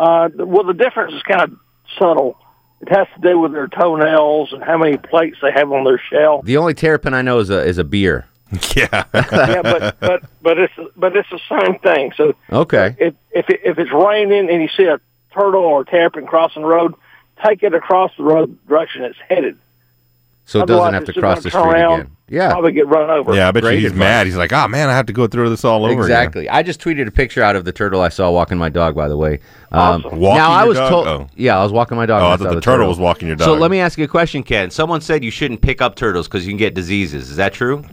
Speaker 15: Uh, the- well, the difference is kind of subtle. It has to do with their toenails and how many plates they have on their
Speaker 6: [LAUGHS]
Speaker 15: shell.
Speaker 6: The only terrapin I know is a is a beer.
Speaker 7: [LAUGHS] Yeah.
Speaker 15: yeah, but but but it's but it's the same thing. So
Speaker 6: [LAUGHS] okay.
Speaker 15: if if it, if it's raining and you see a turtle or a terrapin crossing the road, take it across the road direction it's headed.
Speaker 6: So it
Speaker 15: Otherwise,
Speaker 6: doesn't have
Speaker 15: it's
Speaker 6: to
Speaker 15: just
Speaker 6: cross
Speaker 15: gonna
Speaker 6: the
Speaker 15: turn
Speaker 6: street
Speaker 15: around,
Speaker 6: again. Yeah.
Speaker 15: probably get run over.
Speaker 7: Yeah, I bet you
Speaker 6: Great
Speaker 7: he's
Speaker 6: advice.
Speaker 7: mad. He's like, oh man, I have to go through this all over
Speaker 6: exactly. I just tweeted a picture out of the turtle I saw walking my dog. By the way, um,
Speaker 7: Awesome. Walking
Speaker 6: now I
Speaker 7: your
Speaker 6: was
Speaker 7: dog?
Speaker 6: told.
Speaker 7: Oh.
Speaker 6: Yeah, I was walking my dog.
Speaker 7: Oh,
Speaker 6: and
Speaker 7: I thought
Speaker 6: saw
Speaker 7: the turtle was walking your
Speaker 6: So
Speaker 7: dog.
Speaker 6: let me ask you a question, Ken. Someone said you shouldn't pick up turtles because you can get diseases. Is that true?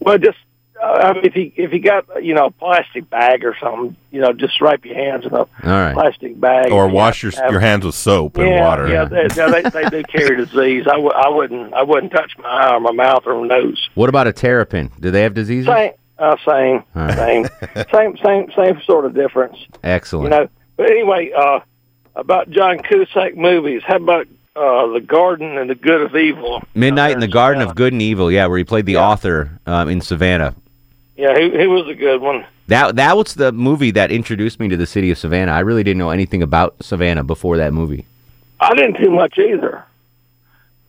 Speaker 15: Well, just uh, I mean, if you if you got you know a plastic bag or something, you know, just wipe your hands in a
Speaker 7: right.
Speaker 15: plastic
Speaker 7: again.
Speaker 15: bag
Speaker 7: Or
Speaker 15: You
Speaker 7: wash your
Speaker 15: have to have-
Speaker 7: your hands with soap and
Speaker 15: yeah,
Speaker 7: water.
Speaker 15: Yeah, they, yeah, they, they
Speaker 7: [LAUGHS]
Speaker 15: do carry disease. I, w- I wouldn't I wouldn't touch my eye or my mouth or my nose.
Speaker 6: What about a terrapin? Do they have diseases?
Speaker 15: Same, uh, same,
Speaker 6: All right.
Speaker 15: same,
Speaker 6: [LAUGHS]
Speaker 15: same, same, same sort of difference. You
Speaker 6: Excellent.
Speaker 15: know, but anyway, uh, about John Cusack movies. How about uh, the Garden and the Good of Evil?
Speaker 6: Midnight in the Garden of Good and Evil. Yeah, where he played the author um, in Savannah.
Speaker 15: Yeah, he, he was a good one.
Speaker 6: That that was the movie that introduced me to the city of Savannah. I really didn't know anything about Savannah before that movie.
Speaker 15: I didn't do much either.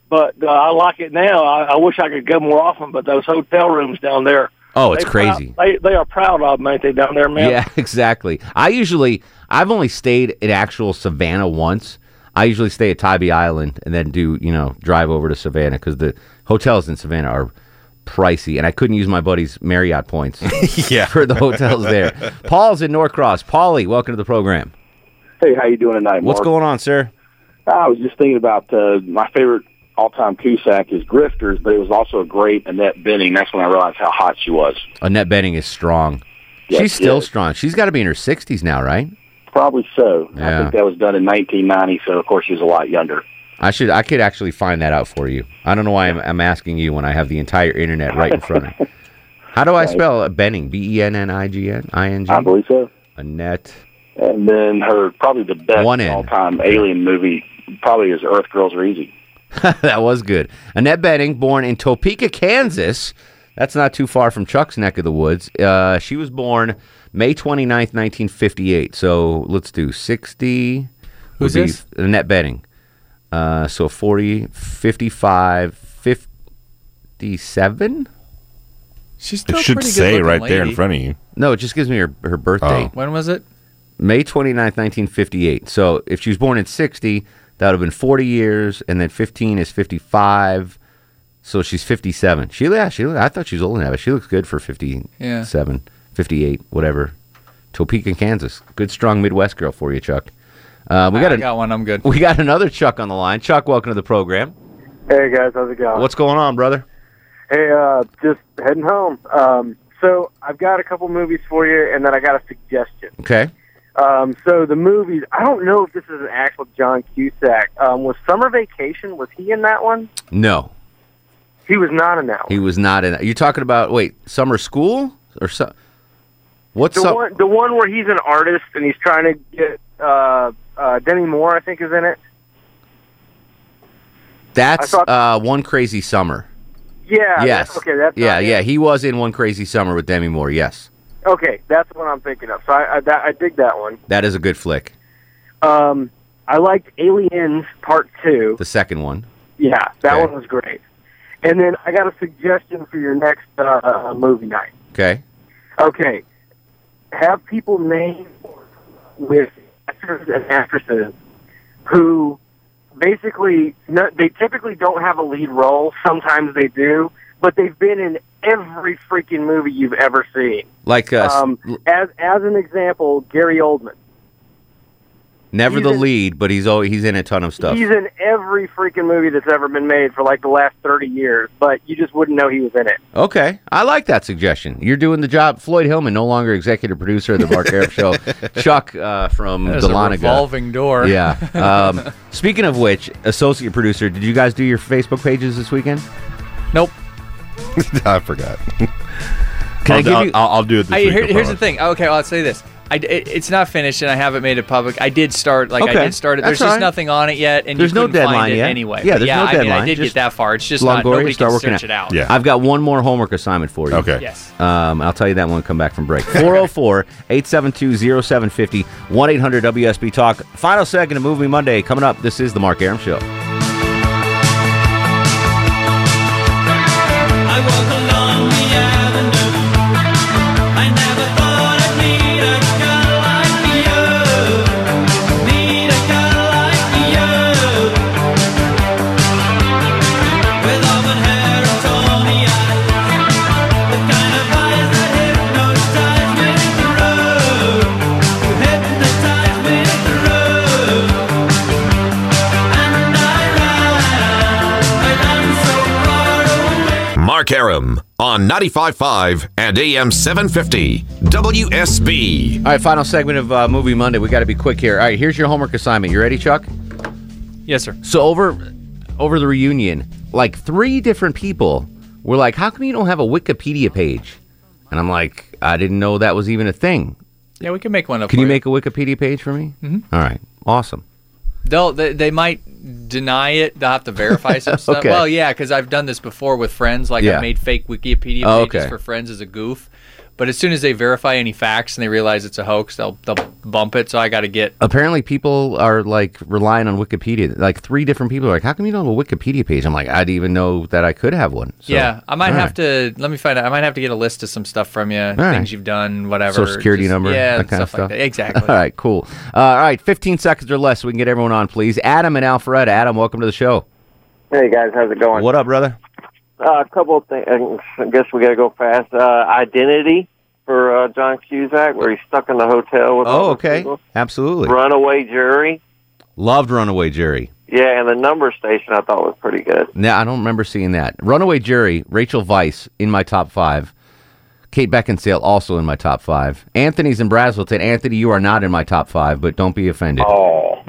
Speaker 15: But uh, I like it now. I, I wish I could go more often, but those hotel rooms down there.
Speaker 6: Oh, it's
Speaker 15: they
Speaker 6: crazy.
Speaker 15: Proud, they, they are proud of them, ain't they, down there, man?
Speaker 6: Yeah, [LAUGHS] exactly. I usually I've only stayed at actual Savannah once. I usually stay at Tybee Island and then do you know drive over to Savannah because the hotels in Savannah are pricey, and I couldn't use my buddy's Marriott points
Speaker 7: yeah.
Speaker 6: for the hotels there. Paul's in Norcross. Paulie, welcome to the program.
Speaker 21: Hey, how you doing tonight,
Speaker 6: What's
Speaker 21: Mark?
Speaker 6: going on, sir?
Speaker 21: I was just thinking about uh, my favorite all-time Cusack is Grifters, but it was also a great Annette Benning. That's when I realized how hot she was.
Speaker 6: Annette Benning is strong.
Speaker 21: Yes,
Speaker 6: She's still
Speaker 21: yes.
Speaker 6: strong. She's got to be in her sixties now, right?
Speaker 21: Probably so. I
Speaker 6: Yeah.
Speaker 21: think that was done in 1990, so of course she was a lot younger.
Speaker 6: I should. I could actually find that out for you. I don't know why I'm, I'm asking you when I have the entire internet right in front of me. How do I
Speaker 21: Right.
Speaker 6: spell uh, Benning? B e n n i g n i n g.
Speaker 21: I believe so.
Speaker 6: Annette.
Speaker 21: And then her probably the best
Speaker 6: One in.
Speaker 21: all-time Alien movie probably is Earth Girls Are Easy.
Speaker 6: [LAUGHS] that was good. Annette Benning, born in Topeka, Kansas. That's not too far from Chuck's neck of the woods. Uh, she was born May 29th, 1958. So let's do 60.
Speaker 8: Who's
Speaker 6: would be
Speaker 8: this?
Speaker 6: Annette Benning. Uh, so 40, 55, 57?
Speaker 8: She's
Speaker 7: It should say right there in front of you. Oh.
Speaker 6: No, it just gives me her, her birthday.
Speaker 8: When was it?
Speaker 6: May 29th, 1958. So if she was born in 60, that would have been 40 years, and then 15 is 55. So she's 57. She, yeah, she, I thought she was old enough, but she looks good for 57,
Speaker 8: Yeah.
Speaker 6: 58, whatever. Topeka, Kansas. Good, strong Midwest girl for you, Chuck. Uh, we got,
Speaker 8: I
Speaker 6: a,
Speaker 8: got one. I'm good.
Speaker 6: We got another Chuck on the line. Chuck, welcome to the program.
Speaker 22: Hey guys, how's it going?
Speaker 6: What's going on, brother?
Speaker 22: Hey, uh, just heading home. Um, so I've got a couple movies for you, and then I got a suggestion.
Speaker 6: Okay.
Speaker 22: Um, so the movies, I don't know if this is an actual John Cusack. Um, was Summer Vacation? Was he in that one?
Speaker 6: No,
Speaker 22: He was not in that one.
Speaker 6: he was not in. You're talking about wait, summer school or so? What's
Speaker 22: the
Speaker 6: up?
Speaker 22: one, the one where he's an artist and he's trying to get uh, uh, Demi Moore, I think, is in it.
Speaker 6: That's
Speaker 22: I thought-
Speaker 6: uh, one crazy summer.
Speaker 22: Yeah.
Speaker 6: yes.
Speaker 22: That's, okay. That's not
Speaker 6: yeah,
Speaker 22: him.
Speaker 6: yeah. He was in One Crazy Summer with Demi Moore. Yes,
Speaker 22: Okay, that's what I'm thinking of. So I I, that, I dig that one.
Speaker 6: that is a good flick.
Speaker 22: Um, I liked Aliens Part Two.
Speaker 6: The second one.
Speaker 22: Yeah, that one was great. And then I got a suggestion for your next uh, movie night.
Speaker 6: Okay.
Speaker 22: Okay, have people name with actors and actresses who basically no, they typically don't have a lead role. Sometimes they do, but they've been in every freaking movie you've ever seen.
Speaker 6: Like uh, s-
Speaker 22: um, as as an example, Gary Oldman.
Speaker 6: never the lead, but he's al he's in a ton of stuff.
Speaker 22: He's in every freaking movie that's ever been made for like the last 30 years, but you just wouldn't know he was in it.
Speaker 6: Okay, I like that suggestion. You're doing the job. Floyd Hillman, no longer executive producer of the Mark Arab
Speaker 8: [LAUGHS]
Speaker 6: Show. Chuck uh, from
Speaker 8: That is a
Speaker 6: Dahlonega.
Speaker 8: revolving door.
Speaker 6: Yeah.
Speaker 8: [LAUGHS]
Speaker 6: Um, speaking of which, associate producer, did you guys do your Facebook pages this weekend?
Speaker 8: Nope.
Speaker 6: [LAUGHS] I forgot.
Speaker 7: I'll, I'll- I'll- I'll do it this
Speaker 8: I-
Speaker 7: week.
Speaker 8: here-
Speaker 7: I
Speaker 8: here's the
Speaker 7: promise.
Speaker 8: thing. Okay, well, I'll say this. I, it- it's not finished, and I haven't made it public. I did start, like
Speaker 6: Okay,
Speaker 8: I did start it.
Speaker 6: that's
Speaker 8: There's just
Speaker 6: all right.
Speaker 8: nothing on it yet, and
Speaker 6: There's
Speaker 8: you
Speaker 6: no
Speaker 8: couldn't find
Speaker 6: deadline
Speaker 8: it
Speaker 6: yet.
Speaker 8: anyway.
Speaker 6: Yeah,
Speaker 8: But
Speaker 6: there's
Speaker 8: yeah,
Speaker 6: no
Speaker 8: I
Speaker 6: deadline.
Speaker 8: Mean, I did
Speaker 6: Just
Speaker 8: get that far. It's just
Speaker 6: Longoria,
Speaker 8: not nobody
Speaker 6: start
Speaker 8: can
Speaker 6: working
Speaker 8: search it out.
Speaker 6: I've got one more homework assignment for you.
Speaker 8: Okay. Yes.
Speaker 6: Um, I'll tell you that when we come back from break. 404 872 0750 1 800 WSB Talk. Final second of Movie Monday coming up. This is The Mark Aram Show.
Speaker 12: I walk along the avenue. I never thought I'd meet a girl like you. Meet a girl like you. With auburn hair and tawny eyes, the kind of eyes that hypnotize me through. You hypnotize me through. And I ran, but I'm so far away.
Speaker 4: Mark Aram on 95.5 and AM 750 WSB.
Speaker 6: E. All right, final segment of uh, Movie Monday. We got to be quick here. All right, here's your homework assignment. You ready, Chuck?
Speaker 8: Yes, sir.
Speaker 6: So over over the reunion, like three different people were like, "How come you don't have a Wikipedia page?" And I'm like, "I didn't know that was even a thing."
Speaker 8: Yeah, we can make one up.
Speaker 6: Can
Speaker 8: for
Speaker 6: you make a Wikipedia page for me?
Speaker 8: Mhm.
Speaker 6: All right, awesome.
Speaker 8: They'll, they they might deny it. They'll have to
Speaker 6: [LAUGHS]
Speaker 8: verify some stuff.
Speaker 6: Okay.
Speaker 8: Well, yeah, because I've done this before with friends. Like
Speaker 6: Yeah.
Speaker 8: I made fake Wikipedia pages
Speaker 6: Oh, okay.
Speaker 8: for friends as a goof. But as soon as they verify any facts and they realize it's a hoax, they'll they'll bump it. So I got to get
Speaker 6: Apparently, people are like relying on Wikipedia. Like three different people are like, "How come you don't have a Wikipedia page?" I'm like, "I didn't even know that I could have one." So,
Speaker 8: yeah, I might
Speaker 6: all
Speaker 8: have to. Let me find out. I might have to get a list of some stuff from you, things
Speaker 6: right.
Speaker 8: you've done, whatever.
Speaker 6: Social security
Speaker 8: just-
Speaker 6: number,
Speaker 8: yeah,
Speaker 6: that kind of
Speaker 8: stuff,
Speaker 6: stuff.
Speaker 8: like that. Exactly.
Speaker 6: [LAUGHS] All right, cool. Uh, all right, 15 seconds or less. so We can get everyone on, please. Adam and Alpharetta. Adam, welcome to the show.
Speaker 5: Hey guys, how's it going?
Speaker 6: What up, brother?
Speaker 5: Uh, a couple of things. I guess we got to go fast. Uh, identity for uh, John Cusack, where he's stuck in the hotel with. all
Speaker 6: Oh,
Speaker 5: the
Speaker 6: okay.
Speaker 5: people.
Speaker 6: Absolutely.
Speaker 5: Runaway jury.
Speaker 6: Loved Runaway Jury.
Speaker 5: Yeah, and the number station I thought was pretty good.
Speaker 6: Now I don't remember seeing that. Runaway Jury, Rachel Vice in my top five. Kate Beckinsale also in my top five. Anthony's in Brazelton. Anthony, you are not in my top five, but don't be offended.
Speaker 23: Oh.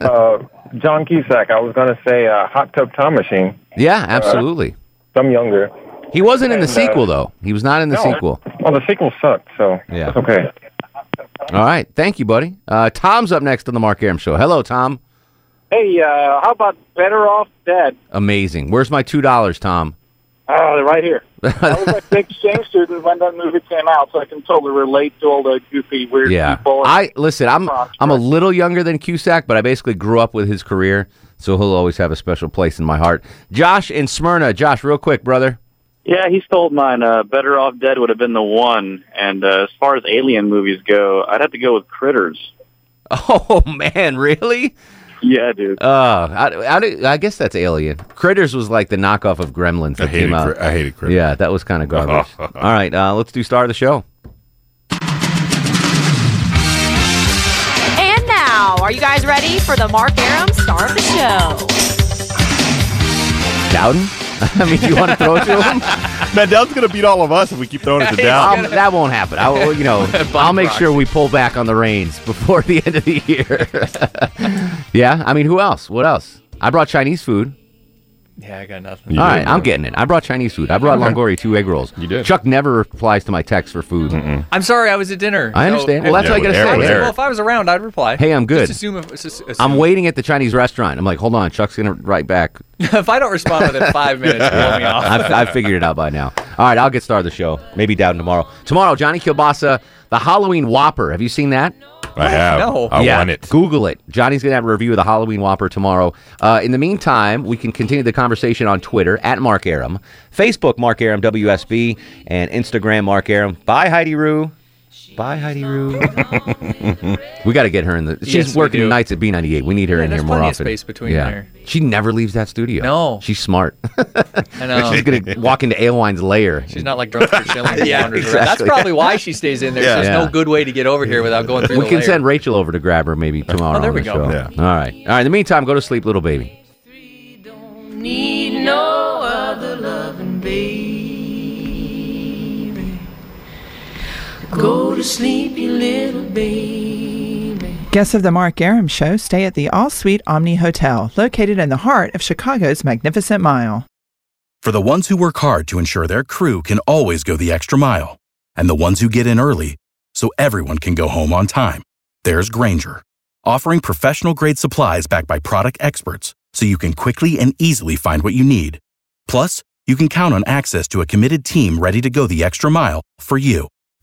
Speaker 23: uh, John Cusack. I was going to say uh, Hot Tub Time Machine.
Speaker 6: Yeah, absolutely.
Speaker 23: Some younger.
Speaker 6: He wasn't in the
Speaker 23: And, uh,
Speaker 6: sequel though. He was not in the
Speaker 23: no.
Speaker 6: sequel.
Speaker 23: Well, the sequel sucked, so
Speaker 6: Yeah.
Speaker 23: it's okay.
Speaker 6: All right. Thank you, buddy. Uh, Tom's up next on the Mark Aram Show. Hello, Tom.
Speaker 24: Hey, uh, how about Better Off Dead?
Speaker 6: Amazing. Where's my two dollars, Tom?
Speaker 24: Oh, they're right
Speaker 6: [LAUGHS]
Speaker 24: here. I was a big Shane student when that movie came out, so I can totally relate to all the goofy, weird
Speaker 6: yeah.
Speaker 24: people.
Speaker 6: I listen. I'm I'm a little younger than Cusack, but I basically grew up with his career, so he'll always have a special place in my heart. Josh in Smyrna. Josh, real quick, brother. [LAUGHS]
Speaker 25: Yeah, he stole mine. Uh, Better Off Dead would have been the one. And uh, as far as alien movies go, I'd have to go with Critters.
Speaker 6: Oh man, really?
Speaker 25: Yeah, dude.
Speaker 6: Uh, I, I, do- I guess that's Alien. Critters was like the knockoff of Gremlins that
Speaker 7: hated
Speaker 6: came out.
Speaker 7: Cri- I hated Critters.
Speaker 6: Yeah, that was kind
Speaker 7: [LAUGHS]
Speaker 6: of garbage. All right, uh, let's do star of the show.
Speaker 26: And now, are you guys ready for the Mark Aram star of the show?
Speaker 6: Dowden. [LAUGHS] I mean, you want to throw it
Speaker 7: [LAUGHS]
Speaker 6: to him?
Speaker 7: Now, Dell's going to beat all of us if we keep throwing it to
Speaker 6: [LAUGHS]
Speaker 7: Dell.
Speaker 6: Um, that won't happen. I, will- you
Speaker 7: [LAUGHS]
Speaker 6: know, I'll make sure we pull back on the reins before the [LAUGHS] end of the year. [LAUGHS] yeah, I mean, who else? What else? I brought Chinese food.
Speaker 8: Yeah, I got nothing.
Speaker 6: All right, I'm getting it. I brought Chinese food. I brought
Speaker 8: Okay.
Speaker 6: Longoria two egg rolls. You did. Chuck never replies to my text for food.
Speaker 8: I'm sorry, I was at dinner.
Speaker 6: I understand. Well, that's what I gotta say.
Speaker 8: Well, if I was around, I'd reply.
Speaker 6: Hey, I'm good.
Speaker 8: Just assume if, just assume-
Speaker 6: I'm waiting at the Chinese restaurant. I'm like, hold on, Chuck's gonna write back.
Speaker 8: [LAUGHS] if I don't
Speaker 6: [LAUGHS]
Speaker 8: respond within five minutes, blow me off.
Speaker 6: I've, I've figured it out by now. All right, I'll get started the show. Maybe down tomorrow. Tomorrow, Johnny Kilbasa, The Halloween Whopper. Have you seen that?
Speaker 7: I have.
Speaker 6: No.
Speaker 7: I want it.
Speaker 6: Google it. Johnny's going to have a review of the Halloween Whopper tomorrow. Uh, in the meantime, we can continue the conversation on Twitter at Mark Aram, Facebook Mark Aram WSB, and Instagram Mark Aram. Bye, Heidi Rue. Bye, Heidi Rue. [LAUGHS] we got to get her in the. She's
Speaker 8: Yes, we
Speaker 6: working
Speaker 8: do.
Speaker 6: nights at B98. We need her
Speaker 8: Yeah,
Speaker 6: in
Speaker 8: there's
Speaker 6: here more
Speaker 8: plenty
Speaker 6: often.
Speaker 8: of space between there.
Speaker 6: She never leaves that studio.
Speaker 8: No.
Speaker 6: She's smart.
Speaker 8: [LAUGHS] I know.
Speaker 6: She's going to walk into Alewine's lair.
Speaker 8: [LAUGHS] She's not like drunk or chilling.
Speaker 6: [LAUGHS] Yeah,
Speaker 8: yeah, That's
Speaker 6: exactly.
Speaker 8: probably why she stays in there.
Speaker 6: Yeah.
Speaker 8: There's
Speaker 6: Yeah.
Speaker 8: no good way to get over here without going through
Speaker 6: we
Speaker 8: the
Speaker 6: can
Speaker 8: layer.
Speaker 6: send Rachel over to grab her maybe tomorrow.
Speaker 8: Oh, there
Speaker 6: on
Speaker 8: we
Speaker 6: the
Speaker 8: go.
Speaker 6: show. All right. All right. In the meantime, go to sleep, little baby.
Speaker 12: Need no other loving, baby. Go to sleep, you little baby.
Speaker 2: Guests of the Mark Aram Show stay at the All Suite Omni Hotel, located in the heart of Chicago's Magnificent Mile.
Speaker 3: For the ones who work hard to ensure their crew can always go the extra mile, and the ones who get in early so everyone can go home on time, there's Granger, offering professional grade supplies backed by product experts so you can quickly and easily find what you need. Plus, you can count on access to a committed team ready to go the extra mile for you.